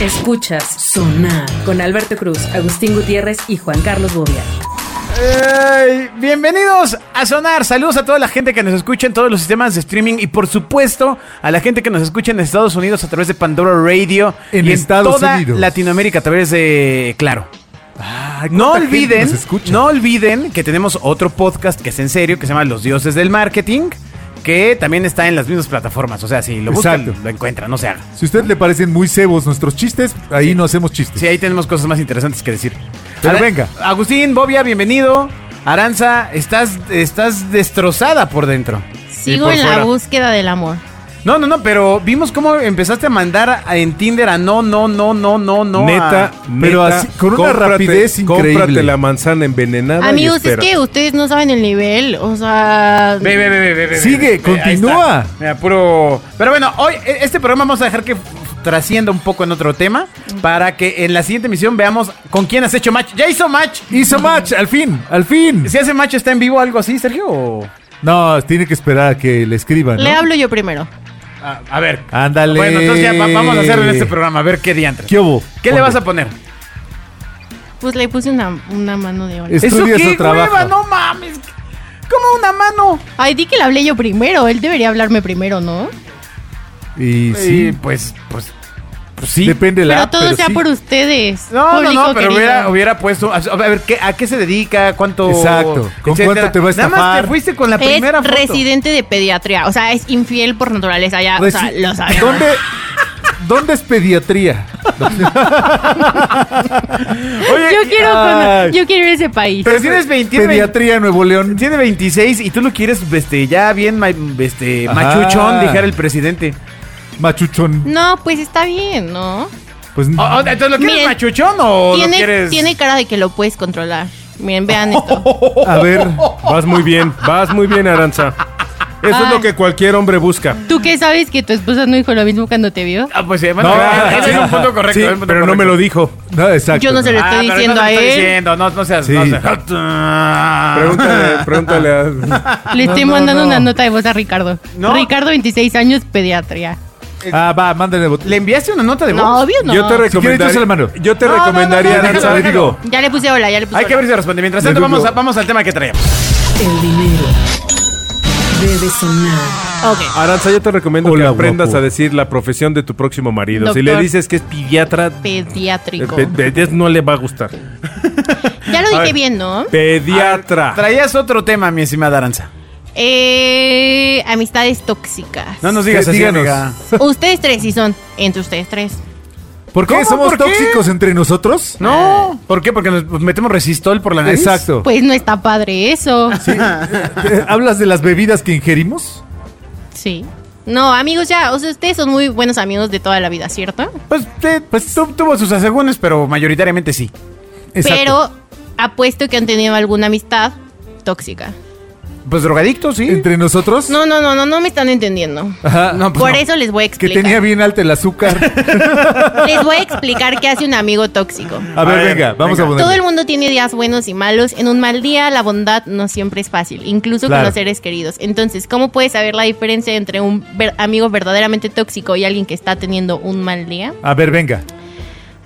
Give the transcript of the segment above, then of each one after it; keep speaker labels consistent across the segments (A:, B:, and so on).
A: Escuchas Sonar con Alberto Cruz, Agustín Gutiérrez y Juan Carlos Bobia.
B: Ey, bienvenidos a Sonar. Saludos a toda la gente que nos escucha en todos los sistemas de streaming y por supuesto a la gente que nos escucha en Estados Unidos a través de Pandora Radio
C: En
B: y
C: Estados
B: en toda
C: Unidos.
B: Latinoamérica a través de Claro.
C: Ay,
B: No
C: ¿cuánta gente
B: olviden,
C: nos escucha?
B: no olviden que tenemos otro podcast que es en serio que se llama Los Dioses del Marketing que también está en las mismas plataformas. O sea, si lo buscan
C: Exacto.
B: lo encuentran, no se haga.
C: Si a usted le parecen muy cebos nuestros chistes, ahí no hacemos chistes.
B: Sí, ahí tenemos cosas más interesantes que decir.
C: Pero venga.
B: Agustín, Bobia, bienvenido. Aranza, estás, estás destrozada por dentro.
D: Sigo
B: Y por
D: en
B: fuera.
D: la búsqueda del amor.
B: No, no, no, pero vimos cómo empezaste a mandar a- en Tinder a no, no, no, no, no, no. ah,
E: neta,
B: a-
C: pero
E: neta,
C: así, con una rapidez increíble.
E: Cómprate la manzana envenenada.
D: Amigos,
E: y
D: es
E: espera.
D: que ustedes no saben el nivel. O sea.
B: Ve, ve, ve, ve, ve, ve,
C: Sigue,
B: ve, ve, ahí
C: continúa.
B: está. Mira, puro... Pero bueno, hoy e- este programa vamos a dejar que f- trascienda un poco en otro tema para que en la siguiente emisión veamos con quién has hecho match. ¡Ya hizo match!
C: Hizo match, al fin, al fin.
B: Si hace match, ¿está en vivo o algo así, Sergio? o-
C: No, tiene que esperar a que le escriban. ¿no?
D: Le hablo yo primero.
B: A, Ah, a ver.
C: Ándale.
B: Bueno, entonces ya va- vamos a hacerlo en este programa, a ver qué diantres.
C: ¿Qué hubo?
B: ¿Qué le vas a poner?
D: Pues le puse una, una mano de oro.
C: Es- Estudia
B: qué
C: eso, trabaja.
B: hueva? No mames. ¿Cómo una mano?
D: Ay, di que le hablé yo primero. Él debería hablarme primero, ¿no?
C: Y
B: Y
C: sí,
B: pues, pues, pues sí.
C: depende de la
D: pero
C: app,
D: todo
C: pero
D: sea
C: sí.
D: por ustedes.
B: No, no,
D: público
B: no, pero
D: querido.
B: hubiera, hubiera puesto. A a ver, ¿qué, ¿a qué se dedica? ¿Cuánto?
C: Exacto. ¿Con
B: etcétera?
C: cuánto te va a
B: Nada más
C: estafar?
B: te fuiste con la
D: Es
B: primera foto.
D: residente de pediatría. O sea, es infiel por naturaleza. Ya,
B: Pues
D: o sea,
C: Reci-
D: lo sabemos.
C: ¿Dónde, ¿Dónde es pediatría?
B: Oye,
D: Yo quiero, con-
C: Ay.
D: yo quiero ir a ese país.
B: Pero tienes 21,
C: Pediatría Nuevo León.
B: tiene 26 y tú lo quieres este, ya bien ma- este,
C: Ajá.
B: machuchón, dijera el presidente.
C: Machuchón.
D: No, pues está bien, ¿no?
C: Pues
B: O- o- ¿Entonces lo quieres
D: Miren,
B: machuchón o lo
D: tiene,
B: quieres...?
D: tiene cara de que lo puedes controlar. Miren, vean esto.
C: a ver.
E: Vas muy bien, vas muy bien, Aranza. Eso es
D: Ay.
E: lo que cualquier hombre busca.
D: ¿Tú qué sabes que tu esposa no dijo lo mismo cuando te vio?
B: Ah, pues sí, bueno,
C: No,
B: él- él
C: sí.
B: era un punto correcto.
E: Sí,
B: era un punto
E: pero no me
B: correcto.
E: lo dijo.
C: No, exacto.
D: Yo no se lo
B: Ah,
D: estoy
B: pero no
D: diciendo
B: te
D: a
B: estoy
D: él.
B: diciendo, no, no seas...
C: Sí.
B: no seas- Ah.
E: Pregúntale, pregúntale a...
D: Le
C: No,
D: estoy
C: no,
D: mandando
C: no.
D: una nota de voz a Ricardo.
B: No.
D: Ricardo, 26 años, pediatría.
C: Ah, va, mándale botón.
B: ¿Le enviaste una nota de voz?
D: No, obvio no.
E: Yo te
C: Si quieres,
E: recomendaría,
C: tú se la mano.
E: yo te
B: No, no, no,
E: recomendaría
B: no, no,
E: Aranza,
B: déjalo,
E: le
B: déjalo.
E: digo,
D: Ya le puse hola, ya le puse
B: Hay que
D: hola.
B: ver si responde. Mientras
C: Me
B: tanto, vamos,
C: googleo.
B: a- vamos al tema que traíamos.
A: El dinero debe sonar.
D: Ok.
E: Aranza, yo te recomiendo
C: Hola,
E: que aprendas
C: guapo.
E: a decir la profesión de tu próximo marido. Si
D: Doctor.
E: le dices que es pediatra, eh,
D: Pediátrico.
E: pe- pe- no le va a gustar.
D: ya lo
E: A
D: dije
E: ver.
D: bien, ¿no?
E: Pediatra.
B: Traías otro tema, mi estimada Aranza.
D: Eh, amistades tóxicas.
B: No nos digas
C: Sí,
B: así,
C: díganos.
B: amiga.
D: Ustedes tres sí son. Entre ustedes tres.
C: ¿Por qué?
B: ¿Cómo?
C: ¿Somos
B: ¿Por qué?
C: tóxicos entre nosotros?
B: No. ¿Por qué? Porque nos pues, metemos resistol por la nariz.
C: Exacto.
D: Pues no está padre eso. Sí.
C: Eh, ¿Hablas de las bebidas que ingerimos?
D: No, amigos, ya. O sea, ustedes son muy buenos amigos de toda la vida, ¿cierto?
B: Pues, te- pues tu- tuvo sus asegúnes, pero mayoritariamente sí.
D: Pero apuesto que han tenido alguna amistad tóxica.
B: Pues drogadicto, sí.
C: ¿Entre nosotros?
D: No, no, no, no, no me están entendiendo.
C: Ajá.
B: No, pues
D: Por
B: no.
D: eso les voy a
C: que
D: explicar.
C: tenía bien alto el azúcar.
D: Les voy a explicar qué hace un amigo tóxico.
C: A ver,
B: A ver,
C: venga, vamos
B: venga.
C: a poner.
D: Todo el mundo tiene días buenos y malos. En un mal día la bondad no siempre es fácil, incluso
C: Claro.
D: con los seres queridos. Entonces, ¿cómo puedes saber la diferencia entre un ver- amigo verdaderamente tóxico y alguien que está teniendo un mal día?
C: A ver, venga.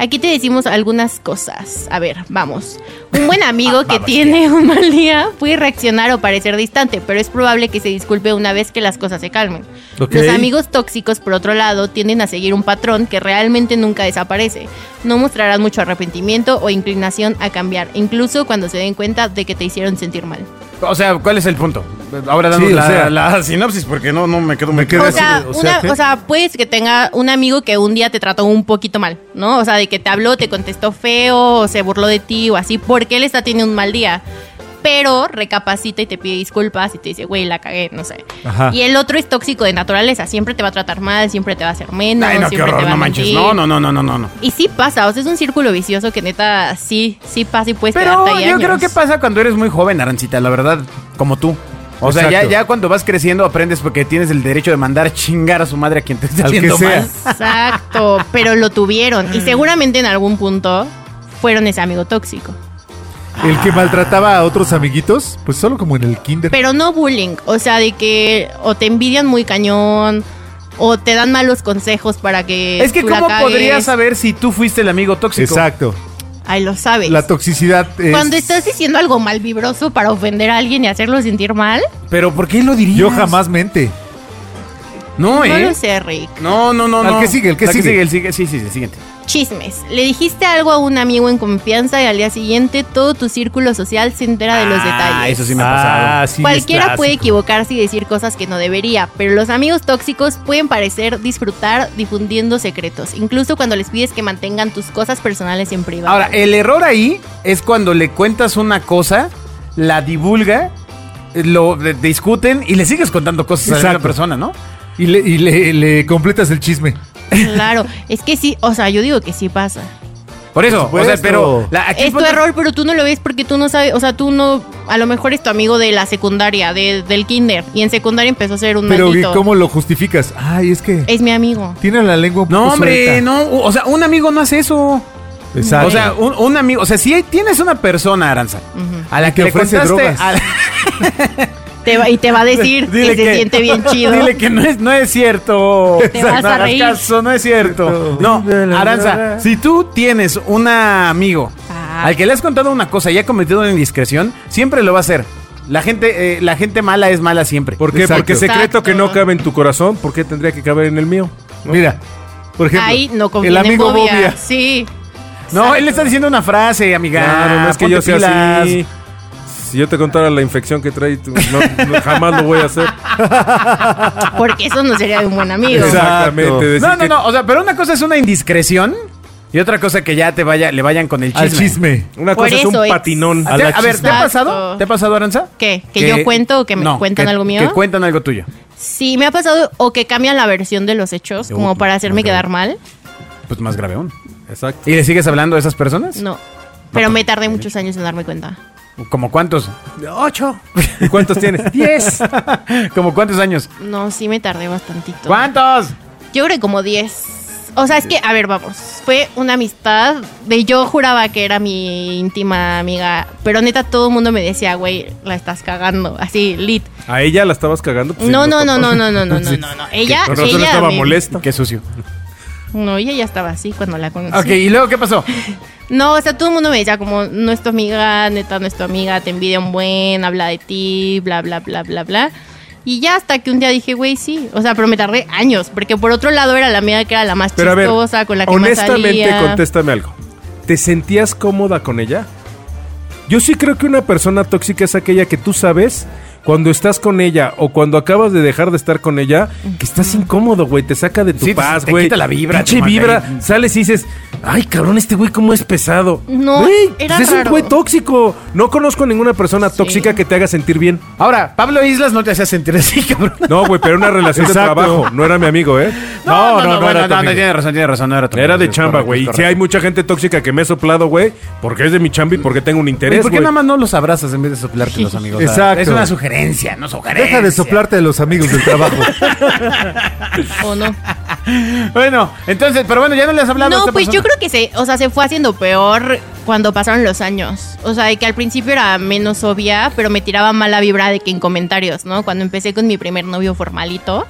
D: Aquí te decimos algunas cosas. A ver, vamos. Un buen amigo que tiene un mal día puede reaccionar o parecer distante, pero es probable que se disculpe una vez que las cosas se calmen.
C: Ok.
D: Los amigos tóxicos, por otro lado, tienden a seguir un patrón que realmente nunca desaparece. No mostrarán mucho arrepentimiento o inclinación a cambiar, incluso cuando se den cuenta de que te hicieron sentir mal.
B: O sea, ¿cuál es el punto? Ahora dando
C: Sí, o
B: la,
C: sea.
B: la sinopsis, porque no, no me quedo muy
C: quedo
B: claro.
C: así de-
D: O sea,
C: o sea,
D: una-
C: ¿qué?
D: o sea, puedes que tenga un amigo que un día te trató un poquito mal, ¿no? O sea, de que te habló, te contestó feo, o se burló de ti o así, porque él está teniendo un mal día. Pero recapacita y te pide disculpas y te dice, güey, la cagué, no sé.
C: Ajá.
D: Y el otro es tóxico de naturaleza, siempre te va a tratar mal, siempre te va a hacer menos,
B: Ay, no, qué
D: siempre te
B: horror,
D: va a
B: no manches.
D: mentir.
B: No, no, no, no, no, no. no.
D: Y sí pasa, o sea, es un círculo vicioso que neta sí, sí pasa y puedes
B: Pero
D: quedarte ahí
B: yo
D: años.
B: creo que pasa cuando eres muy joven, Arancita, la verdad, como tú. O sea, ya,
C: Exacto.
B: ya cuando vas creciendo aprendes porque tienes el derecho de mandar a chingar a su madre a quien te esté
C: Al que
B: haciendo
C: sea.
B: mal.
D: Exacto, pero lo tuvieron y seguramente en algún punto fueron ese amigo tóxico.
C: El
D: Ah.
C: que maltrataba a otros amiguitos, pues solo como en el kinder.
D: Pero no bullying, o sea, de que o te envidian muy cañón o te dan malos consejos para que.
B: Es que
D: tú la
B: ¿cómo
D: cagues.
B: podrías saber si tú fuiste el amigo tóxico?
C: Exacto.
D: Ay, lo sabes.
C: La toxicidad es...
D: Pues. Cuando estás diciendo algo mal vibroso para ofender a alguien y hacerlo sentir mal,
B: Pero ¿por qué lo dirías?
C: Yo jamás mente.
B: No,
D: no
B: ¿eh?
D: lo sé, Rick.
B: No, no, no.
C: Al
B: no.
C: que sigue, al que
B: Al
C: sigue.
B: el sigue. Sí, sí, sí, siguiente.
D: Chismes. Le dijiste algo a un amigo en confianza y al día siguiente todo tu círculo social se entera de los
B: Ah,
D: detalles.
B: eso sí me ha pasado.
C: Ah, sí, es
D: Cualquiera puede
C: clásico.
D: equivocarse y decir cosas que no debería, pero los amigos tóxicos pueden parecer disfrutar difundiendo secretos, incluso cuando les pides que mantengan tus cosas personales en privado.
B: Ahora, el error ahí es cuando le cuentas una cosa, la divulga, lo de- discuten y le sigues contando cosas a la misma
C: Exacto.
B: persona, ¿no?
C: Y, le, y le- le completas el chisme.
D: Claro, es que sí, o sea, yo digo que sí pasa.
B: Por eso,
C: Por
B: o sea,
C: supuesto.
B: pero... la- aquí el
D: es tu
B: punto-
D: error, pero tú no lo ves porque tú no sabes, o sea, tú no, a lo mejor es tu amigo de la secundaria, de- del kinder, y en secundaria empezó a ser un
C: Pero
D: maldito.
C: ¿cómo lo justificas? Ay, es que
D: Es mi amigo.
C: tiene la lengua un
E: Pues
B: No,
C: poco
B: hombre,
C: suelta.
B: no. O sea, un amigo no hace eso.
C: Exacto.
B: O sea, un, un amigo... O sea, si tienes una persona, Aranza, a la
C: Y
B: que
C: te
B: le
C: ofrece
B: contaste...
C: drogas.
B: a-
D: Te va- y te va a decir que
B: Dile
D: se siente bien chido.
B: Dile que no es, no es cierto.
D: Te vas
B: No
D: a
B: hagas
D: reír.
B: caso, no es cierto. No, Aranza, si tú tienes un amigo
D: Ah.
B: al que le has contado una cosa y ha cometido una indiscreción, siempre lo va a hacer. La gente, eh, la gente mala es mala siempre.
E: ¿Por qué?
C: Exacto.
E: Porque secreto
D: Exacto.
E: que no cabe en tu corazón, ¿por qué tendría que caber en el mío? ¿No?
C: Mira, por ejemplo,
D: Ahí no confío
C: el
D: en
C: amigo
D: Bobia.
C: Bobia.
D: Sí.
B: no, él le está diciendo una frase, amiga.
E: Claro, no es que
B: ponte
E: yo sea
B: pilas.
E: así. Si yo te contara la infección que trae, tú- no- no, jamás lo voy a hacer.
D: Porque eso no sería de un buen amigo.
C: Exacto.
E: Exactamente. decir
B: No, no,
E: que-
B: no. O sea, pero una cosa es una indiscreción y otra cosa que ya te vaya, le vayan con el chisme.
C: al chisme.
E: Una
D: Por
E: cosa es
D: eso
E: un
D: es-
E: patinón.
B: A, a ver, ¿te ha
D: chisma.
B: pasado? ¿Te ha pasado, Aranza?
D: ¿Qué? ¿Que yo cuento o que me cuentan algo mío?
B: Que cuentan algo tuyo.
D: Sí, me ha pasado o que cambian la versión de los hechos como para hacerme quedar mal.
B: Pues más grave aún.
E: Exacto.
B: ¿Y le sigues hablando a esas personas?
D: No. Pero me tardé muchos años en darme cuenta.
B: ¿Como cuántos?
E: Ocho. ¿Y cuántos tienes?
B: Diez. ¿Como cuántos años?
D: No, sí me tardé bastantito.
B: ¿Cuántos?
D: Yo creo que como 10. O sea, es que, a ver, vamos. Fue una amistad de yo juraba que era mi íntima amiga. Pero neta, todo el mundo me decía, güey, la estás cagando. Así, lit.
E: ¿A ella la estabas cagando? Pues sí,
D: no,
E: nos
D: no, no,
E: topamos.
D: no, no, no, no, no, no, no. Ella,
E: Con razón
D: ella
E: estaba
D: me-
E: molesta.
B: Qué sucio.
D: No, ella ya estaba así cuando la conocí.
B: Ok, ¿y luego qué pasó?
D: No, o sea, todo el mundo me decía como, no es tu amiga, neta, no es tu amiga, te envidia un buen, habla de ti, bla, bla, bla, bla, bla. Y ya hasta que un día dije, güey, sí. O sea, pero me tardé años, porque por otro lado era la amiga que era la más
E: Pero a ver,
D: chistosa, con la que más
E: honestamente,
D: salía.
E: contéstame algo. ¿Te sentías cómoda con ella? Yo sí creo que una persona tóxica es aquella que tú sabes cuando estás con ella o cuando acabas de dejar de estar con ella, que estás incómodo, güey, te saca de tu
B: Sí, te-
E: paz,
B: te
E: güey.
B: quita la vibra,
E: Pinche
B: te manda
E: vibra,
B: ahí.
E: sales y dices, "Ay, cabrón, este güey cómo es pesado."
D: No,
E: Güey,
D: era
E: pues es
D: raro.
E: un güey tóxico. No conozco ninguna persona tóxica que te haga sentir bien.
B: Ahora, Pablo Islas no te hacía sentir así, cabrón.
E: No, güey, pero era una relación de
C: Exacto.
E: trabajo, no era mi amigo, ¿eh?
B: bueno,
E: tu
B: no, no,
E: amigo.
B: tiene razón, tiene razón. No era, tu-
E: Era de
B: es
E: chamba,
B: correcto,
E: güey.
B: es
E: Y si
B: correcto.
E: hay mucha gente tóxica que me he soplado, güey, porque es de mi chamba y porque tengo un
B: Oye,
E: interés,
B: ¿Por qué
E: güey.
B: nada más no los abrazas en vez de soplarte los amigos? O sea,
C: Exacto.
B: Es una sugerencia, no sugerencia.
C: Deja de soplarte a los amigos del trabajo.
D: ¿O no?
B: Bueno, entonces, pero bueno, ya no le has hablado a
D: No,
B: esta
D: pues yo
B: persona.
D: creo que se, o sea, se fue haciendo peor cuando pasaron los años. O sea, de que al principio era menos obvia, pero me tiraba mala vibra de que en comentarios, ¿no? Cuando empecé con mi primer novio formalito,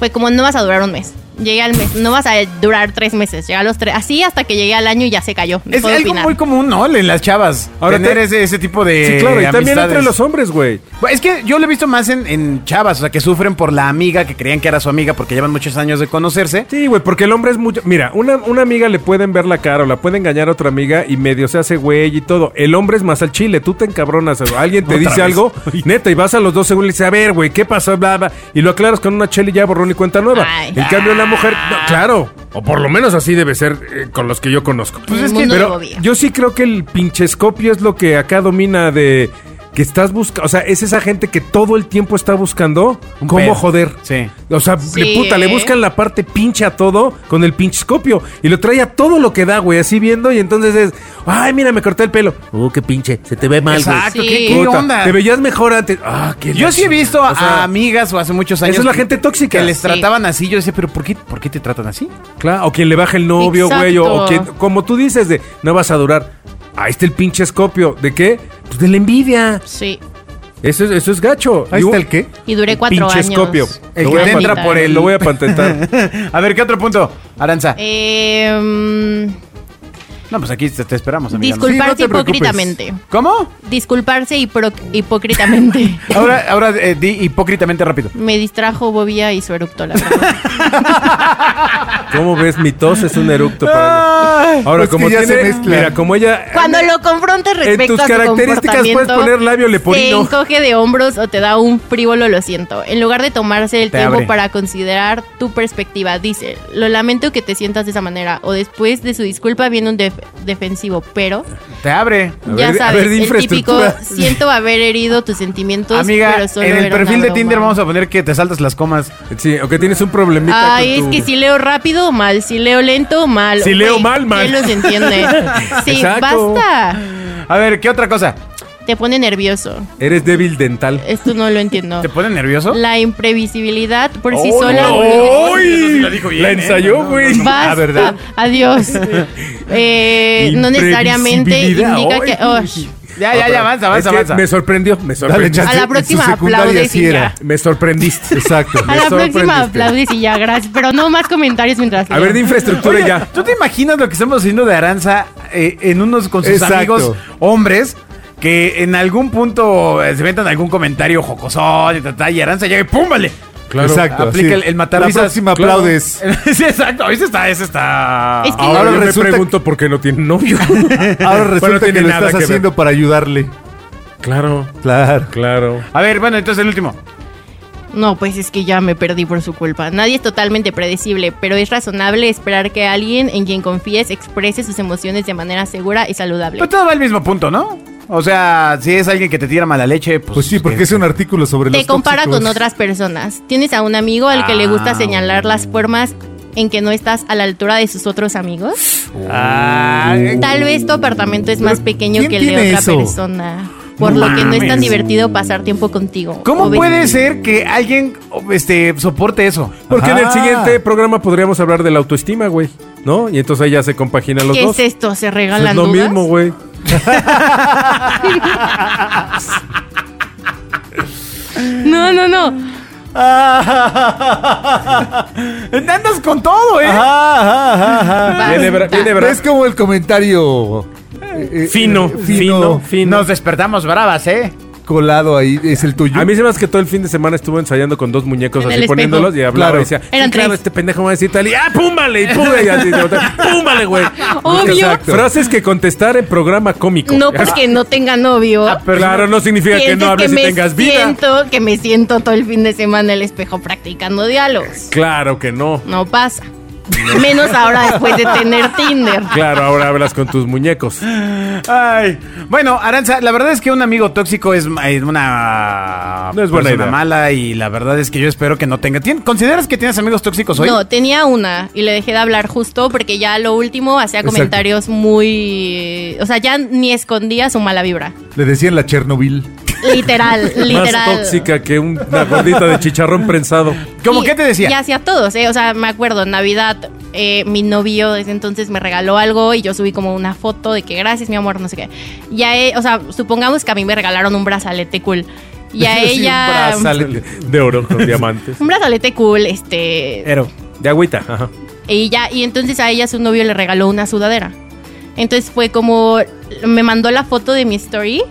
D: fue como no vas a durar un mes. Llegué al mes, no vas a durar tres meses, llegué a los tres, así hasta que llegué al año y ya se cayó. No
B: Es
D: puedo
B: algo
D: opinar.
B: muy común, ¿no? En las chavas.
E: Ahora
B: tener
E: te-
B: ese, ese tipo de.
E: Sí, claro, y también entre
B: eh, amistades.
E: los hombres, güey.
B: Bueno, Es que yo lo he visto más en, en chavas, o sea, que sufren por la amiga que creían que era su amiga porque llevan muchos años de conocerse.
E: Sí, güey, porque el hombre es mucho. Mira, una, una amiga le pueden ver la cara o la puede engañar a otra amiga y medio se hace güey y todo. El hombre es más al chile, tú te encabronas. Alguien te
B: Otra
E: dice
B: vez.
E: algo, neta, y vas a los dos segundos y le dices, a ver, güey, ¿qué pasó? Bla, bla. Y lo aclaras con una chela y ya borrón y cuenta nueva.
D: Ay. Ah.
E: En cambio, la mujer, no, claro. O por lo menos así debe ser eh, con los que yo conozco.
D: Pues El es que- mundo de
E: pero
D: Bobia.
E: yo sí creo que el pinchescopio es lo que acá domina de que estás buscando. O sea, es esa gente que todo el tiempo está buscando
B: Un
E: cómo
B: pedo.
E: joder.
B: Sí.
E: O sea,
D: Sí,
E: le puta, le
D: ¿eh?
E: buscan la parte pinche a todo con el pinchescopio. Y lo trae a todo lo que da, güey, así viendo. Y entonces es, ay, mira, me corté el pelo. Uh, qué pinche, se te ve mal, güey.
B: Exacto,
D: Sí.
B: ¿qué,
D: ¿qué
E: Puta,
B: onda?
E: Te veías mejor antes. Ah, qué
B: Yo
E: la
B: sí he
E: chingada.
B: visto
E: O sea,
B: a amigas o hace muchos años.
E: es la
B: que-
E: gente tóxica.
B: Que les
E: Sí.
B: trataban así. Yo decía, ¿pero por qué, por qué te tratan así?
E: Claro, o quien le baja el novio, güey, o,
D: Exacto.
E: o quien, como tú dices, de no vas a durar. Ahí está el pinche escopio. ¿De qué? Pues de la envidia.
D: Sí.
E: Eso es, eso es gacho.
C: Ahí
E: Y un
C: está el qué.
D: Y duré cuatro
E: pinche
D: años.
E: escopio.
B: El
E: Lo
B: que
E: voy a
B: te entra
E: patentar.
B: por el-
E: Lo voy a patentar.
B: a ver, ¿qué otro punto? Aranza.
D: Eh, mm,
B: No, pues aquí te, te esperamos, amiga. ¿no?
D: disculparse
C: Sí, no te preocupes.
D: hipócritamente.
B: ¿Cómo?
D: Disculparse hipro- hipócritamente.
B: Ahora, ahora eh, di hipócritamente rápido.
D: Me distrajo Bobia y su eructo, la verdad.
E: ¿Cómo ves? Mi tos es un eructo para
B: Ay.
E: ella. Ahora,
C: Es que
E: como
C: ya se
E: tiene...
C: mezcla.
E: Mira, como ella... eh,
D: Cuando lo confrontes respecto
E: tus
D: a su
E: características puedes
D: comportamiento,
E: poner labio
D: Te
E: leporino.
D: encoge de hombros o te da un frívolo, lo siento. En lugar de tomarse el
B: Te
D: tiempo
B: abre.
D: para considerar tu perspectiva, dice, lo lamento que te sientas de esa manera. O después de su disculpa viene un def- defensivo, pero
B: Te abre.
E: A ver,
D: ya
E: a
D: sabes,
E: ver, de
D: el típico,
E: infraestructura.
D: siento haber herido tus sentimientos,
B: Amiga,
D: pero solo
B: en el
D: era una
B: perfil de
D: broma".
B: Tinder vamos a poner que te saltas las comas.
E: Sí, o que tienes un problemita
D: Ay,
E: con
D: es
E: tu-
D: que si leo rápido, mal. Si leo lento, mal.
E: Si leo
D: Güey,
E: mal, mal.
D: ¿Quién los entiende? sí,
E: Exacto.
D: basta.
B: A ver, ¿qué otra cosa?
D: Te pone nervioso.
E: Eres débil dental.
D: Esto no lo entiendo.
B: ¿Te pone nervioso?
D: La imprevisibilidad por sí
B: Oh,
D: sola.
B: no.
D: vuelve-
B: ¡Ay! Eso sí la dijo bien,
E: La
B: ¿eh?
E: ensayó,
B: No, no,
E: güey.
B: no, no.
D: Basta.
B: Ah, ¿verdad?
D: Adiós. Eh, no necesariamente
E: Imprevisibilidad.
D: indica
E: Ay,
D: que.
E: sí.
D: oh,
B: Ya, ya, ya, avanza, avanza,
E: Es que
B: avanza.
E: Me sorprendió, me
C: Dale
E: sorprendió.
C: chance.
D: A la
C: En su
D: próxima
C: secundaria
D: aplaudes y
C: sí era.
E: Me sorprendiste.
C: Exacto.
D: a la
E: Me
D: próxima
E: sorprendiste.
D: aplaudes y ya, gracias. Pero no más comentarios mientras.
E: A ver, de
D: leo.
E: infraestructura
B: Oye,
E: ya.
B: ¿Tú te imaginas lo que estamos haciendo de Aranza eh, en unos con sus
C: Exacto.
B: amigos hombres? Que en algún punto eh, se metan algún comentario jocosón y ta, ta, y Aranza llega y ¡pum! vale.
C: Claro. Exacto,
B: Aplica
C: sí.
B: el, el matar
C: La
B: risas.
C: próxima
B: Claro.
C: aplaudes.
B: sí, exacto. Ese está, ese está.
D: Es que-
E: Ahora
C: Ahora
E: yo me
C: resulta
E: pregunto por qué no tiene novio.
C: Ahora resulta
E: Bueno, tiene
C: que lo
E: nada
C: estás
E: que ver.
C: haciendo para ayudarle.
E: Claro,
C: Claro.
E: claro.
B: A ver, bueno, entonces el último.
D: No, pues es que ya me perdí por su culpa. Nadie es totalmente predecible, pero es razonable esperar que alguien en quien confíes exprese sus emociones de manera segura y saludable.
B: Pero Pues todo va al mismo punto, ¿no? O sea, si es alguien que te tira mala leche, pues.
C: Pues sí, porque
B: que-
C: es un artículo sobre los
D: Te compara
C: tóxicos.
D: con otras personas. Tienes a un amigo al que le gusta
B: Ah.
D: señalar las formas en que no estás a la altura de sus otros amigos.
B: Ah, eh,
D: Tal vez tu apartamento es más pequeño
C: ¿quién
D: que el de
C: tiene
D: otra
C: eso?
D: persona, por lo que no es tan divertido pasar tiempo contigo.
B: ¿Cómo
D: O ves-
B: puede ser que alguien oh, este, soporte eso?
E: Porque en el
C: Ajá.
E: siguiente programa podríamos hablar de la autoestima, güey. ¿No? Y entonces ahí ya se compaginan los
D: ¿Qué
E: dos.
D: es esto? ¿Se
E: Pues
D: regalan
E: es lo
D: dudas?
E: mismo, güey.
D: No, no, no.
B: Andas con todo, ¿eh?
C: Ajá, ajá, ajá, ajá.
E: Viene, bra- viene bra-
C: Es como el comentario eh, eh,
E: Fino, fino, fino.
B: Nos despertamos bravas, ¿eh?
C: colado ahí, es el tuyo.
E: A mí se me hace que todo el fin de semana estuvo ensayando con dos muñecos
D: En el
E: así
D: espejo.
E: poniéndolos y hablaba
C: Claro.
E: y decía,
D: Eran
E: "Sí, claro,
D: tres.
E: este pendejo va a decir tal y ah, púmbale, y púmbale, y así, de otra, púmbale, güey.
D: Obvio.
C: Exacto.
E: Frases que contestar en programa cómico.
D: No pues porque no tenga novio.
E: Pero Ah, claro, no significa que
D: Pienses
E: no hables y
D: me
E: tengas vida.
D: Siento que me siento todo el fin de semana en el espejo practicando diálogos.
E: Claro que no.
D: No pasa. Menos ahora después de tener Tinder.
E: Claro, ahora hablas con tus muñecos.
B: Ay. Bueno, Aranza, la verdad es que un amigo tóxico es ma- es una
E: No es buena
B: persona
E: idea.
B: mala y la verdad es que yo espero que no tenga. ¿Tien- ¿Consideras que tienes amigos tóxicos hoy?
D: No, tenía una y le dejé de hablar justo porque ya lo último hacía
C: Exacto.
D: comentarios muy... O sea, ya ni escondía su mala vibra.
C: Le decían la Chernobyl.
D: Literal, literal.
E: Más tóxica que un- una gordita de chicharrón prensado.
B: ¿Cómo
D: Y-
B: qué te decía?
D: Y hacia todos, ¿eh? O sea, me acuerdo, en Navidad, eh, mi novio desde entonces me regaló algo y yo subí como una foto de que gracias, mi amor, no sé qué. Ya, o sea, supongamos que a mí me regalaron un brazalete cool. Y a
C: Sí, un
D: ella.
C: brazal- Sale.
E: De oro con diamantes.
D: un brazalete cool, este.
B: Pero.
E: De agüita, ajá.
D: Y ya, y entonces a ella su novio le regaló una sudadera. Entonces fue como, me mandó la foto de mi story.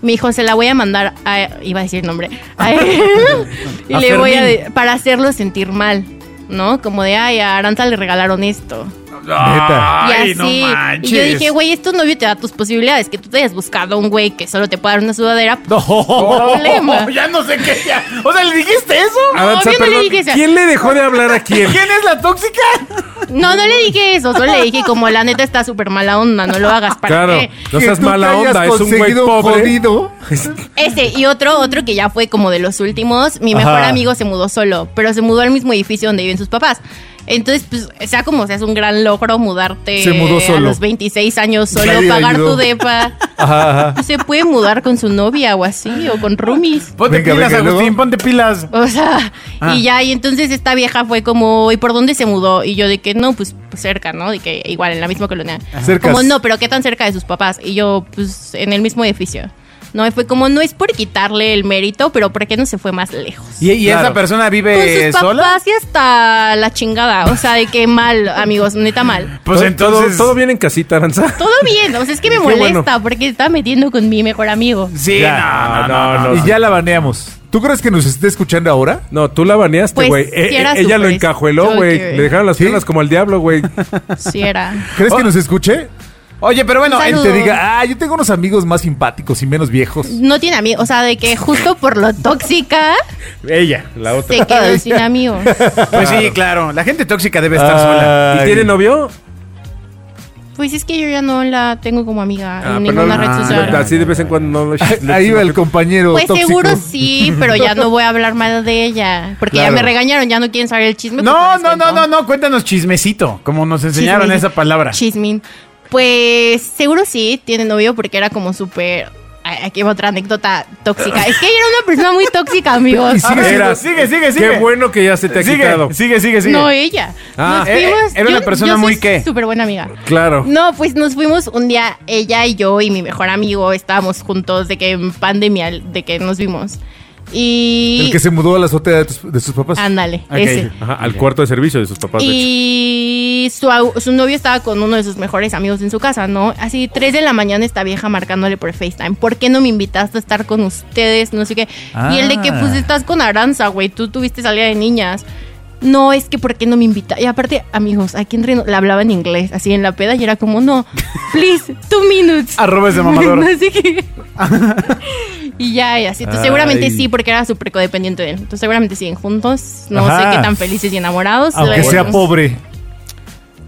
D: Mi hijo se la voy a mandar a, iba a decir nombre, a él. y
E: A
D: le voy a,
E: Fermín.
D: de- para hacerlo sentir mal, ¿no? Como de, ay, a Aranta le regalaron esto.
E: Ah,
C: Neta.
D: y así. y yo dije, güey, esto novio te da tus posibilidades, que tú te hayas buscado un güey que solo te puede dar una sudadera. pues, problema.
B: Oh, ya no sé qué. ya. O sea, ¿le dijiste eso?
E: Aranza,
D: yo no le
E: perdón,
D: dije eso.
E: ¿Quién le dejó de hablar a quién?
B: ¿Quién es la tóxica?
D: No, no le dije eso, solo le dije como la neta está súper mala onda, no lo hagas para
E: Claro,
D: qué?".
E: no seas
C: Que tú
E: mala
C: te hayas
E: onda, es un güey
C: conseguido
E: pobre.
C: jodido.
D: Este y otro, otro que ya fue como de los últimos, mi mejor
C: Ajá.
D: amigo se mudó solo, pero se mudó al mismo edificio donde viven sus papás. Entonces, pues, sea como sea, es un gran logro mudarte
C: Se mudó
D: a
C: solo.
D: los 26 años solo,
C: Nadie le
D: pagar
C: ayudó.
D: tu depa.
C: Ajá, ajá.
D: Se puede mudar con su novia o así, o con roomies.
B: Ponte
C: Venga,
B: pilas,
C: venga,
B: Agustín,
C: luego.
B: ponte pilas.
D: O sea, y ya, y entonces esta vieja fue como, ¿y por dónde se mudó? Y yo de que no, pues pues cerca, ¿no? De que igual en la misma colonia.
C: Cercas.
D: Como no, pero ¿qué tan cerca de sus papás? Y yo, pues en el mismo edificio. No, y fue como, no es por quitarle el mérito, pero ¿por qué no se fue más lejos?
B: ¿Y, y
E: Claro.
B: esa persona
D: Con
B: vive
D: sus
B: sola?
D: papás y hasta la chingada. O sea, de que mal, amigos, neta mal.
B: Pues
E: Todo-
B: entonces.
E: Todo, todo bien en casita, Aranza.
D: Todo bien, o sea, es que me
E: Qué bueno.
D: molesta porque está metiendo con mi mejor amigo.
B: Sí,
E: Ya,
B: no, no, no.
E: no, no.
C: Y ya la baneamos. ¿Tú crees que nos esté escuchando ahora?
E: No, tú la baneaste,
D: Pues,
E: güey.
D: sí
E: Eh, eh,
D: era
E: ella lo
D: súper
E: encajueló,
D: estoque,
E: güey.
D: güey.
E: Le dejaron las
C: ¿Sí?
E: piernas como al diablo, güey.
D: Sí, era.
C: ¿Crees
B: Oh.
C: que nos escuche?
B: Oye, pero bueno,
D: Un
C: Él
D: saludo.
C: te diga, ah, yo tengo unos amigos más simpáticos y menos viejos.
D: No tiene amigos, o sea, de que justo por lo tóxica
E: Ella, la otra.
D: se quedó sin amigos.
B: pues sí, claro. La gente tóxica debe estar sola.
E: ¿Y tiene novio?
D: Pues es que yo ya no la tengo como amiga
E: Ah,
D: en
E: pero
D: ninguna
E: no-
D: red social.
E: no, Así de vez en cuando no lo-
C: Ahí va el compañero
D: Pues
C: tóxico.
D: seguro sí, pero ya no voy a hablar más de ella. Porque
E: Claro.
D: ya me regañaron, ya no quieren saber el chisme. pues
B: No,
D: les
B: no, no,
D: cuento.
B: no, no, cuéntanos chismecito, como nos enseñaron
D: Chismín.
B: esa palabra.
D: Chismín. Pues seguro sí tiene novio porque era como súper. Ay, Aquí va otra anécdota tóxica. Es que ella era una persona muy tóxica, amigos.
B: sigue
E: Ah,
B: siendo-
E: era.
B: sigue, sigue, sigue.
E: Qué bueno que ya se te ha
B: sigue,
E: quitado.
B: sigue, sigue, sigue.
D: No, ella.
E: Ah.
D: Nos
B: Eh, eh,
D: fuimos-
B: era una persona
D: soy
B: muy ¿qué?
D: Súper buena amiga.
C: Oh.
E: Claro.
D: No, pues nos fuimos un día, ella y yo y mi mejor amigo estábamos juntos de que en pandemia, de que nos vimos. Y.
C: El que se mudó a la azotea de, tus- de sus papás.
D: Ándale,
B: Ok.
D: ese.
E: Ajá, al cuarto de servicio de sus papás. de hecho.
D: Y su, au- su novio estaba con uno de sus mejores amigos en su casa, ¿no? Así, 3 de la mañana esta vieja marcándole por FaceTime. ¿Por qué no me invitaste a estar con ustedes? No sé qué. Y el de que, pues, estás con Aranza, güey. Tú tuviste salida de niñas. No, es que ¿por qué no me invita? Y aparte, amigos, aquí en Reno le hablaba en inglés, así en la peda, y era como, no, please, two minutes.
B: Arroba ese mamador.
D: No sé qué. y ya, y así. Entonces, seguramente sí, porque era súper codependiente de él. Entonces, seguramente siguen juntos. No
C: Ajá.
D: sé qué tan felices y enamorados.
C: Aunque
D: Luego-
C: sea pobre.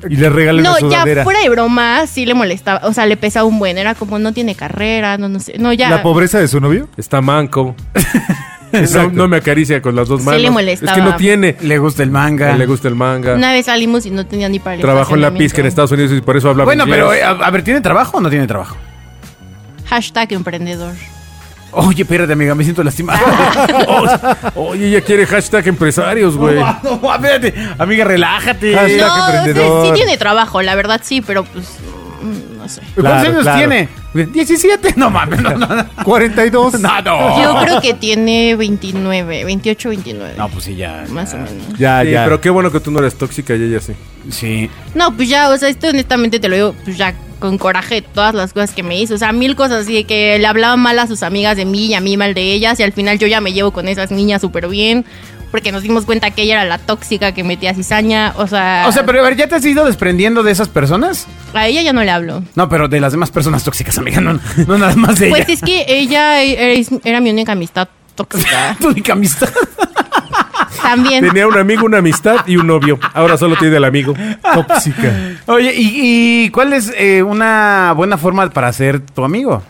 C: Y le regale
D: no,
C: una
D: ya
C: sudadera.
D: fuera de broma, sí le molestaba. O sea, le pesaba un buen. Era como, no tiene carrera, no, no sé. No, ya.
C: ¿La pobreza de su novio?
E: Está manco. no,
C: Exacto.
E: no me acaricia con las dos
D: Sí
E: manos.
D: le molestaba.
E: Es que no tiene.
B: Le gusta el manga.
E: Le gusta el manga.
D: Una vez salimos y no tenía ni para el
E: Trabajó en la
D: estacionamiento.
E: pizca en Estados Unidos y por eso hablaba
B: Bueno,
E: inglés.
B: pero eh, a, a ver, ¿tiene trabajo o no tiene trabajo?
D: Hashtag emprendedor.
B: Oye, espérate, amiga, me siento lastimado.
D: Ah.
B: eh,
E: Oye, ella quiere hashtag empresarios, güey.
B: No, no, espérate, amiga, relájate.
C: Hashtag
D: no, o sea,
C: emprendedor.
D: Ah, sí tiene trabajo, la verdad sí, pero pues. mm, No sé.
B: ¿Cuántos
C: Claro,
B: años
C: claro.
B: tiene? 17. No mames, no, no, no.
C: 42.
B: No, no.
D: Yo creo que tiene 29, 28, 29.
B: No, pues sí, ya.
D: más o menos.
B: Ah,
C: Ya,
E: Sí,
C: ya.
E: Pero qué bueno que tú no eres tóxica y ella sí.
B: Sí.
D: No, pues ya, o sea, esto honestamente te lo digo, pues ya con coraje de todas las cosas que me hizo. O sea, mil cosas así de que le hablaba mal a sus amigas de mí y a mí mal de ellas. Y al final yo ya me llevo con esas niñas súper bien. Porque nos dimos cuenta que ella era la tóxica que metía cizaña. O sea,
B: O sea, pero a ver, ¿ya te has ido desprendiendo de esas personas?
D: a ella ya no le hablo.
B: No, pero de las demás personas tóxicas, amiga, no, no nada más de
D: Pues
B: ella.
D: es que ella e, es- era mi única amistad tóxica.
B: Tu única amistad.
D: También.
E: Tenía un amigo, una amistad y un novio. Ahora solo tiene el amigo.
C: Tóxica.
B: Oye, ¿y, y cuál es eh, una buena forma para ser tu amigo?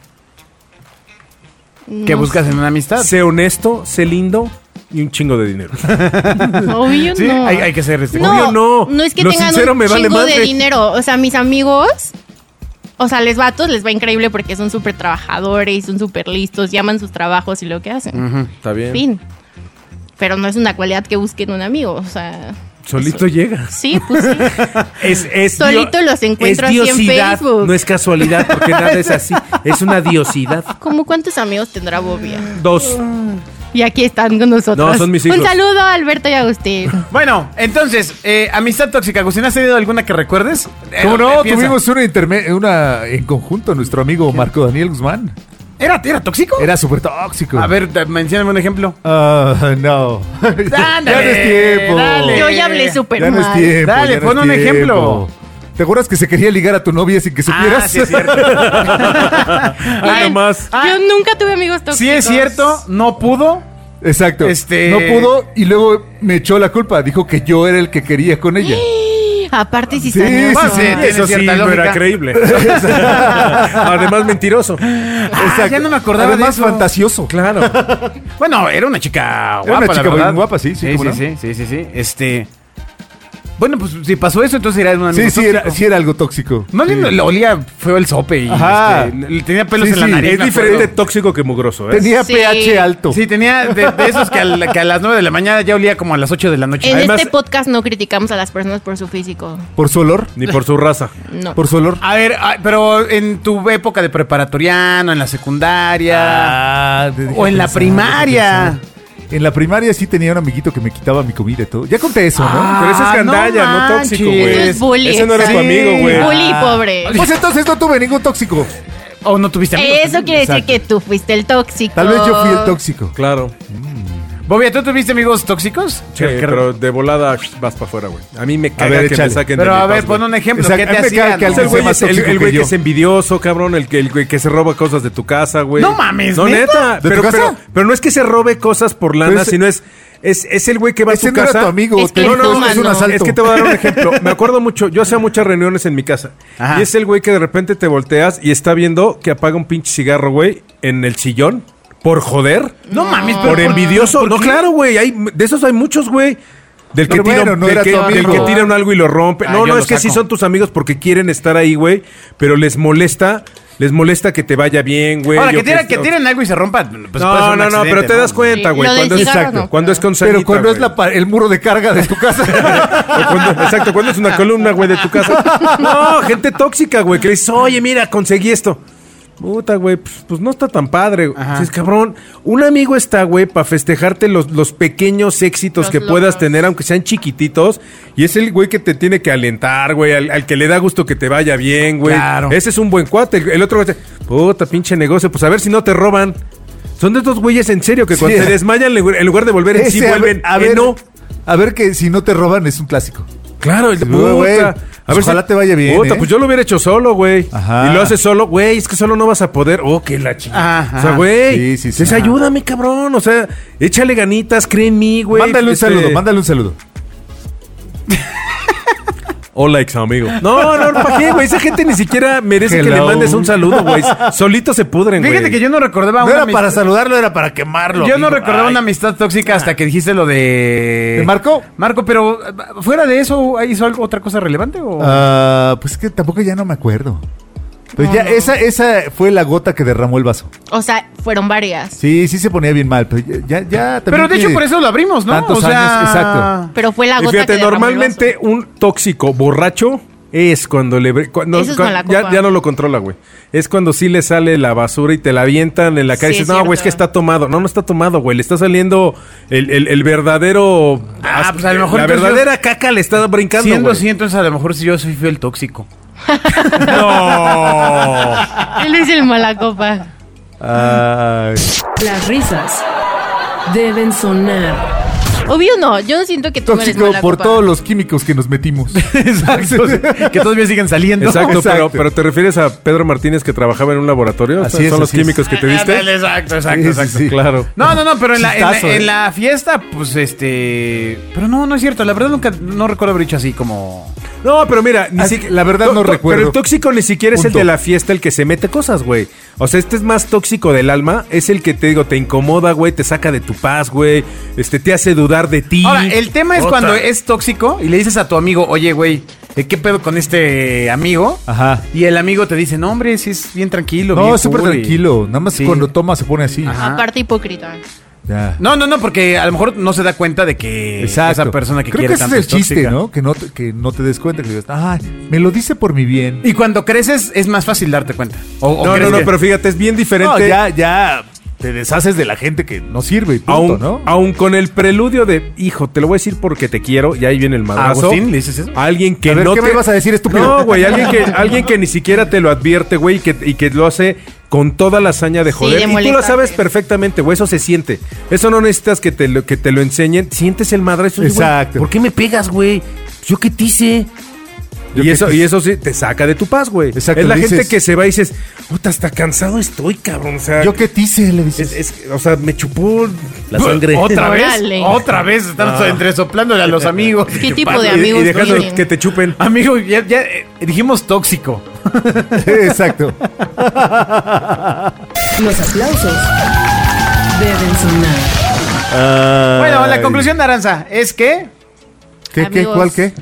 B: ¿Qué
D: No
B: buscas en una amistad?
E: Sé honesto, sé lindo y un chingo de dinero.
D: sé, Obvio
B: Sí,
D: no.
B: hay, hay que ser este.
E: Obvio no.
D: No es que
E: Lo
D: tengan
E: sincero
D: un
E: me vale
D: chingo de
E: madre.
D: dinero. O sea, mis amigos, o sea, les va a todos, les va increíble porque son súper trabajadores, son súper listos, llaman sus trabajos y lo que hacen.
E: Está bien.
D: Fin. Pero no es una cualidad que busquen un amigo, o sea...
E: Solito llega.
D: Sí, pues sí.
E: Es, es
D: Solito los encuentro así en Facebook.
E: No es casualidad, porque nada es así. Es una diosidad.
D: ¿Cómo cuántos amigos tendrá Bobia?
E: Dos.
D: Y aquí están con nosotros.
E: No, son mis
D: Un
E: hijos.
D: saludo a Alberto y Agustín.
B: Bueno, entonces, eh, amistad tóxica. Agustín, ¿has tenido alguna que recuerdes? Eh,
C: ¿Cómo no?
B: eh, piensa.
C: Tuvimos una, interme- una en conjunto, nuestro amigo Marco Daniel Guzmán.
B: ¿Era, era tóxico?
C: Era súper tóxico.
B: A ver, da- mencióname un ejemplo.
C: Ah, no. ya no
B: Ándale,
C: es tiempo.
B: dale.
D: Yo ya hablé súper
C: Ya no es
D: mal.
C: tiempo.
B: Dale,
C: ya no
B: pon
C: es
B: un
C: tiempo.
B: ejemplo.
C: ¿Te acuerdas que se quería ligar a tu novia sin que supieras?
B: Ah, sí es cierto.
E: Ay, nomás.
D: Yo nunca tuve amigos tóxicos.
B: sí es cierto, no pudo.
C: Exacto.
B: Este-
C: No pudo y luego me echó la culpa. Dijo que yo era el que quería con ella.
D: Aparte, si
C: Sí,
B: Bueno,
C: sí,
B: tiene
E: Eso sí,
B: cierta
E: no
B: lógica.
E: era creíble. Además, mentiroso.
B: Ah, ya no me acordaba de
C: Además,
B: eso.
C: fantasioso.
E: Claro.
B: Bueno, era una chica guapa,
C: Era una
B: la
C: chica
B: verdad.
C: muy guapa, sí, sí,
B: Sí, sí,
C: ¿cómo no?
B: sí, sí, sí, sí. Este. Bueno, pues si pasó eso, entonces era un amigo
C: Sí, sí
B: tóxico.
C: era, sí era algo tóxico.
B: Más
C: Sí.
B: bien le olía feo el sope y
C: Ajá.
B: este, le tenía pelos
C: Sí,
B: en la
C: sí,
B: nariz.
E: Es
B: me
E: diferente
B: acuerdo.
E: tóxico que mugroso, ¿eh?
C: Tenía
D: Sí.
C: pH alto.
B: Sí, tenía de, de esos que a, la- que a las 9 de la mañana ya olía como a las 8 de la noche.
D: En
E: Además-
D: este podcast no criticamos a las personas por su físico.
C: ¿Por su olor?
E: Ni por su raza.
D: No.
C: ¿Por su olor?
B: A ver, ah, pero en tu época de preparatoriano, en la
D: Ah.
B: secundaria. Ah,
C: Ah,
B: o en la primaria.
C: En la primaria sí tenía un amiguito que me quitaba mi comida y todo. Ya conté eso, ¿no?
B: Ah,
E: Pero ese es
B: no
E: gandalla, no,
B: manches.
E: tóxico, güey.
D: Eso es bullying,
E: Ese no era tu
D: exacto.
E: amigo, güey.
B: Ah.
D: Bully, pobre.
C: Pues entonces no tuve ningún tóxico.
B: O no tuviste amigos.
D: Eso quiere decir
B: Exacto.
D: que tú fuiste el tóxico.
C: Tal vez yo fui
B: Ah.
C: el tóxico.
E: Claro.
B: Bobia, ¿tú tuviste amigos tóxicos?
E: Sí, Eh, pero de volada vas para afuera, güey. A mí me caga
C: ver,
E: que
C: échale.
E: me saquen de
B: Pero
E: mi
B: a
E: paz,
B: ver,
E: güey.
B: pon un ejemplo.
C: Exacto,
B: ¿Qué te
C: a mí me caga
B: hacían?
C: que
E: Es el
C: alguien
E: güey,
C: sea
E: es
C: más
E: el,
C: tóxico
E: el güey
C: que
E: que
C: yo.
E: es envidioso, cabrón, el que, el güey que se roba cosas de tu casa, güey.
B: No mames,
E: no
B: ¿neta?
E: neta.
C: ¿De tu
E: pero,
C: casa?
E: Pero, pero no es que se robe cosas por lana,
C: Pero ese-
E: sino es, es, es el güey que va a
C: Ese
E: tu
C: no era
E: casa.
C: tu amigo.
D: Es
C: te-
D: que
C: no,
D: no,
C: no, es un
D: mano.
C: asalto.
E: Es que te voy a dar un ejemplo. Me acuerdo mucho, yo hacía muchas reuniones en mi casa.
B: Ajá.
E: Y es el güey que de repente te volteas y está viendo que apaga un pinche cigarro, güey, en el sillón. Por joder.
B: No mames, pero
E: Por envidioso.
B: ¿por
E: no,
B: qué?
E: claro, güey. hay- de esos hay muchos, güey. Del que,
C: Pero
E: tira,
C: bueno,
E: un-
C: no
E: del
C: era
E: que-
C: tu
E: del
C: amigo.
E: que tira un algo y lo rompe.
B: Ah,
E: no,
B: yo
E: no,
B: lo
E: es que sí
B: saco.
E: son tus amigos porque quieren estar ahí, güey. Pero les molesta, les molesta que te vaya bien, güey.
B: Ahora,
E: yo
B: que tiren,
E: que-
B: que tiren algo y se rompan. pues, puede ser
E: no,
B: un
E: no, no,
B: accidente,
E: pero te das cuenta,
D: Sí,
E: güey.
D: lo del
E: cuando es,
D: cigarro
E: exacto,
D: no,
E: cuando
D: pero-
E: es con
C: Pero
E: sanita,
C: cuando es
E: güey.
C: la pa- el muro de carga de tu casa.
E: O cuando- exacto, cuando es una columna, güey, de tu casa. No, gente tóxica, güey, que le dices, oye, mira, conseguí esto. Puta, güey, pues, pues no está tan padre. güey. Dices, cabrón, un amigo está, güey, para festejarte los, los pequeños éxitos
D: Los
E: que puedas
D: logros.
E: tener, aunque sean chiquititos. Y es el güey que te tiene que alentar, güey, al, al que le da gusto que te vaya bien, güey.
B: Claro.
E: Ese es un buen cuate. El, el otro güey, te- puta, pinche negocio, pues a ver si no te roban. Son de estos güeyes en serio que cuando
C: Sí.
E: se desmayan, en lugar de volver en sí,
C: Ese,
E: vuelven.
C: a
E: en
C: ver, eh,
E: no.
C: a ver que si no te roban es un clásico.
E: Claro, el de
C: Sí, güey,
E: puta.
C: pues ojalá te vaya bien,
E: Puta,
C: ¿eh?
E: pues yo lo hubiera hecho solo, güey.
C: Ajá.
E: Y lo haces solo, güey, es que solo no vas a poder. Oh, que la chica.
B: Ajá.
E: O sea, güey.
C: Sí, sí, sí.
E: Entonces,
C: Ajá.
E: ayúdame, cabrón. O sea, échale ganitas, cree en mí,
B: Pues,
E: güey.
C: mándale un
E: Este-
C: saludo, mándale un saludo.
E: Hola, ex amigo. No, no, ¿para qué, güey? Esa gente ni siquiera merece que le
C: Hello.
E: mandes un saludo, güey. Solitos se pudren, güey.
B: Fíjate que yo no recordaba
C: No
B: una
C: era
B: amist-
C: para saludarlo, era para quemarlo.
B: Yo no
C: amigo.
B: recordaba
C: Ay.
B: una amistad tóxica hasta que dijiste lo de...
C: ¿De Marco?
B: Marco, pero ah, fuera de eso, ¿hizo algo, otra cosa relevante o...?
C: Ah, pues que tampoco ya no me acuerdo. Pero ya, esa, esa fue la gota que derramó el vaso.
D: O sea, fueron varias.
C: Sí, sí se ponía bien mal, pero ya, ya, ya
B: pero
C: también
B: de hecho
C: que-
B: por eso lo abrimos, ¿no?
C: tantos años, exacto.
D: Pero fue la
E: Y
D: gota que
E: fíjate,
D: derramó el
E: normalmente un tóxico borracho es cuando le... bre- cuando-
D: Eso es
E: cuan-
D: con la
E: ya,
D: copa.
E: ya no lo controla, güey. Es cuando sí le sale la basura y te la avientan en la cara
D: Sí,
E: y
D: es
E: dices, no, güey,
D: cierto.
E: es que está tomado. No, no está tomado, güey. Le está saliendo el, el- el verdadero...
B: Ah,
E: as-
B: pues a lo mejor
E: La
B: entonces yo-
E: verdadera caca le está brincando,
B: Siendo
E: güey.
B: así, entonces a lo mejor si yo soy fiel tóxico.
E: No.
D: vaso. Él es el mala copa.
E: Ah,
C: Ay.
A: Las risas deben sonar.
D: Obvio no, yo no siento que tú no eres
C: tóxico
D: mala
C: por
D: copa.
C: todos los químicos que nos metimos.
B: exacto. que todavía siguen saliendo.
E: Exacto, Pero,
C: Exacto.
E: pero te refieres a Pedro Martínez que trabajaba en un laboratorio.
C: Así
E: O sea,
C: es,
E: Son los
C: así es.
E: químicos que te diste.
B: Exacto, exacto,
C: Sí, sí,
B: exacto.
C: sí.
E: Claro.
B: No, no, no, pero en la, en la-
C: Chistazo, ¿eh?
B: en la fiesta, pues este. Pero no, no es cierto. La verdad nunca no recuerdo haber dicho así como.
E: No, pero mira, ni
C: Así-
E: siquiera-
C: la verdad no
E: to- to-
C: recuerdo.
E: Pero el tóxico ni siquiera es el
C: Punto.
E: de la fiesta el que se mete cosas, güey. O sea, este es más tóxico del alma. Es el que te digo, te incomoda, güey, te saca de tu paz, güey. Este te hace dudar de ti.
B: Ahora, el tema es
E: Otra.
B: cuando es tóxico y le dices a tu amigo, oye, güey, eh, ¿qué pedo con este amigo?
C: Ajá.
B: Y el amigo te dice, no, hombre, sí es bien tranquilo.
C: No,
B: bien
C: súper
B: cool", y-
C: tranquilo. Nada más
B: Sí.
C: cuando toma se pone así.
B: Ajá.
D: Aparte hipócrita.
C: Ya.
B: No, no, no, porque a lo mejor no se da cuenta de que
C: Exacto.
B: esa persona que
C: Creo
B: quiere
C: que ese
B: tanto
C: es el chiste,
B: tóxica.
C: ¿no? Que no, te, que no te des cuenta. Que digas, ay, me lo dice por mi bien.
B: Y cuando creces es más fácil darte cuenta. O- o
E: No, no,
B: crees
E: no,
B: que-
E: pero fíjate, es bien diferente.
C: No, ya, ya te deshaces de la gente que no sirve. y punto,
E: Aún,
C: ¿no?
E: aún con el preludio de, hijo, te lo voy a decir porque te quiero, y ahí viene el madrazo.
B: Agustín, ¿le dices eso?
E: Alguien que
C: A ver,
E: no
C: ¿qué
E: te...
C: me ibas a decir, estúpido?
E: No, güey, alguien que, alguien que ni siquiera te lo advierte, güey, y que, y que lo hace con toda la hazaña de
D: Sí,
E: joder.
D: de
E: y tú lo
D: molestarte.
E: sabes perfectamente, güey, eso se siente. Eso no necesitas que te lo, que te lo enseñen. Sientes el madrazo. y dices, güey,
C: Exacto.
E: ¿Por qué me pegas, güey? ¿Yo qué te hice?
C: Yo
E: Y
C: qué
E: eso,
C: te-
E: y eso sí, te saca de tu paz, güey.
C: Exacto,
E: es la
C: le
E: gente
C: dices-
E: que se va y dices, puta, hasta cansado estoy, cabrón. O sea,
C: Yo qué te hice, le dices.
E: es- es- o sea, me chupó la sangre.
B: Pues, Otra vez,
D: Órale.
B: otra vez están
C: Ah.
B: entre soplándole a los amigos.
D: ¿Qué tipo de
E: Y-
D: amigos Ah.
E: y dejando
D: tienen?
E: que te chupen.
B: Amigo, ya, ya, eh, dijimos tóxico.
C: Sí, Exacto.
A: Los aplausos deben sonar.
B: Bueno, la
C: Ay.
B: conclusión de Aranza es que
C: ¿Qué, qué,
D: Amigos.
C: cuál, qué?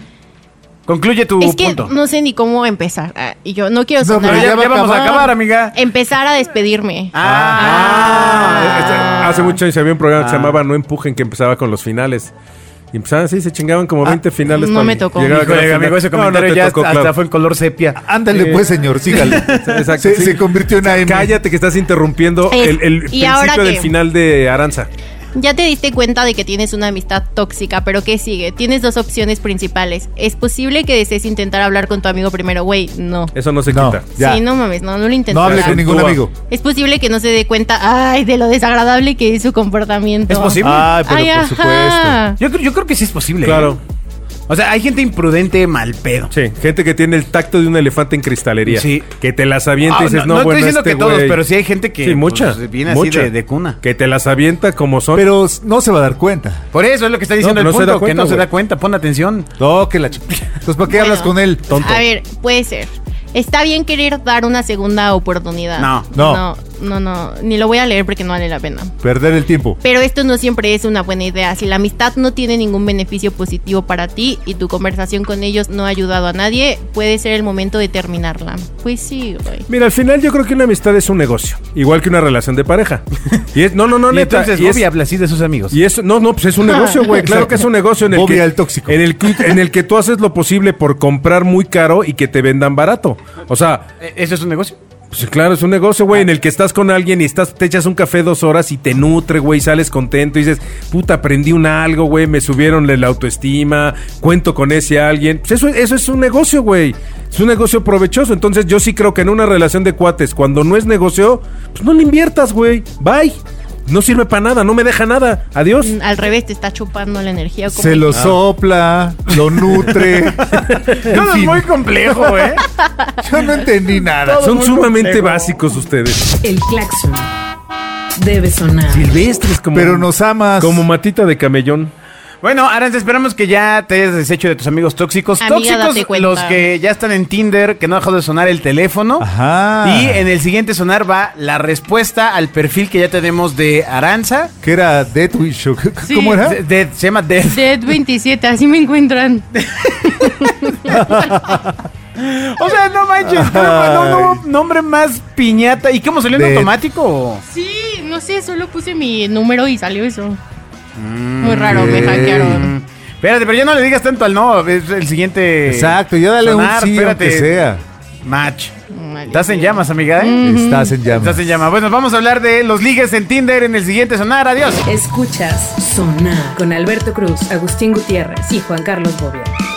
B: Concluye tu
D: es que
B: Uh, punto.
D: no sé ni cómo empezar. Ah, y yo no Eh, quiero
C: No,
D: sonar
B: Pero ya,
C: ya va
B: ya
C: a
B: vamos a
C: acabar.
B: acabar, amiga.
D: Empezar a despedirme.
B: Ah.
E: Este, hace muchos años había un programa que se llamaba No Empujen, que empezaba con los finales. Y empezaban así, se chingaban como 20 finales.
D: Ah, no
E: cuando
D: me tocó.
E: llegaba
B: Híjole,
E: cada final.
B: amigo, ese
E: No, no
B: comentario
E: te
B: ya
E: tocó,
B: hasta
E: claro.
B: fue en color sepia.
C: Ándale,
E: Sí.
C: pues, señor, sígale.
E: Exacto,
C: se,
E: sí.
C: se convirtió en AM.
E: Cállate que estás interrumpiendo
D: Es-
E: el, el
D: ¿y ahora
E: principio del
D: qué?
E: final de Aranza.
D: Ya te diste cuenta de que tienes una amistad tóxica, pero ¿qué sigue? Tienes dos opciones principales. Es posible que desees intentar hablar con tu amigo primero, güey, no.
E: Eso no se
C: No,
E: quita.
C: ya.
D: Sí, no mames, no, no lo intentes.
C: no hable con
E: Acentúa.
C: ningún amigo.
D: Es posible que no se dé cuenta, ay, de lo desagradable que es su comportamiento.
B: ¿Es posible?
C: Ay, pero
D: Ay,
C: por supuesto.
D: ajá.
B: Yo, creo- yo creo que sí es posible.
E: Claro.
B: ¿eh? O sea, hay gente imprudente mal pedo.
E: Sí, gente que tiene el tacto de un elefante en cristalería.
B: Sí.
E: Que te las avienta
B: Ah,
E: y dices,
B: no,
E: no,
B: no
E: bueno,
B: estoy diciendo
E: este
B: que todos,
E: güey".
B: pero sí hay gente que,
E: Sí, mucha.
B: pues, viene así
E: mucha.
B: de- de cuna.
E: Que te las avienta como son.
C: Pero no se va a dar cuenta.
B: Por eso es lo que está diciendo
E: No,
B: el
E: no se da
B: punto, que
E: cuenta,
B: no se
E: güey.
B: da cuenta. Pon atención.
C: No, que la ch- Entonces, ¿para qué
D: Bueno,
C: hablas con él? Tonto.
D: A ver, puede ser. Está bien querer dar una segunda oportunidad.
B: No.
C: No.
D: No, no, no. Ni lo voy a leer porque no vale la pena.
C: Perder el tiempo.
D: Pero esto no siempre es una buena idea. Si la amistad no tiene ningún beneficio positivo para ti y tu conversación con ellos no ha ayudado a nadie, puede ser el momento de terminarla. Pues sí, güey.
E: Mira, al final yo creo que una amistad es un negocio, igual que una relación de pareja. Y es, no, no, no,
B: y
E: neta.
B: entonces
E: y es-
B: Bobby habla así de sus amigos.
E: Y eso, no, no, pues es un negocio, güey. Claro que es un negocio en el
C: Bobby
E: que.
C: el tóxico.
E: En el, que- en el que tú haces lo posible por comprar muy caro y que te vendan barato. O sea,
B: ¿E- ¿Eso es un negocio?
E: pues claro, es un negocio, güey, en el que estás con alguien y estás, te echas un café dos horas y te nutre, güey, sales contento y dices, puta, aprendí un algo, güey, me subieron la autoestima, cuento con ese alguien. Pues eso, eso es un negocio, güey. Es un negocio provechoso. Entonces yo sí creo que en una relación de cuates, cuando no es negocio, pues no le inviertas, güey. Bye. No sirve para nada, no me deja nada. Adiós.
D: Mm, Al revés, te está chupando la energía. como-
C: Se lo
B: Ah.
C: sopla, lo nutre.
B: No, es muy complejo, ¿eh?
C: Yo no entendí nada.
E: Son sumamente básicos ustedes.
A: El claxon debe sonar.
E: Silvestres como
C: Pero nos amas.
E: como matita de camellón.
B: Bueno, Aranz, esperamos que ya te hayas deshecho de tus amigos tóxicos.
D: Amiga, date
B: tóxicos
D: cuenta.
B: los que ya están en Tinder, que no ha dejado de sonar el teléfono.
C: Ajá.
B: Y en el siguiente sonar va la respuesta al perfil que ya tenemos de Aranza.
C: Que era Deathwish. o-
D: Sí.
C: ¿Cómo era?
B: Se- de- se llama Death.
D: Dead 27, así me encuentran.
B: O sea, no manches, no, no, no, nombre más piñata. ¿Y cómo salió en
C: Death.
B: automático?
D: Sí, no sé, solo puse mi número y salió eso.
B: Mm,
D: Muy raro, me
C: ok.
D: hackearon.
B: Espérate, pero ya no le digas tanto al no. Es el siguiente.
C: Exacto, ya dale
B: sonar,
C: un sí
B: espérate.
C: aunque sea.
B: Match.
D: Maldito.
B: Estás en llamas, amiga, ¿eh?
D: Mm.
C: Estás en llamas.
B: Estás en llamas. Bueno, vamos a hablar de los ligues en Tinder en el siguiente sonar. Adiós.
A: Escuchas Sonar con Alberto Cruz, Agustín Gutiérrez y Juan Carlos Bobia.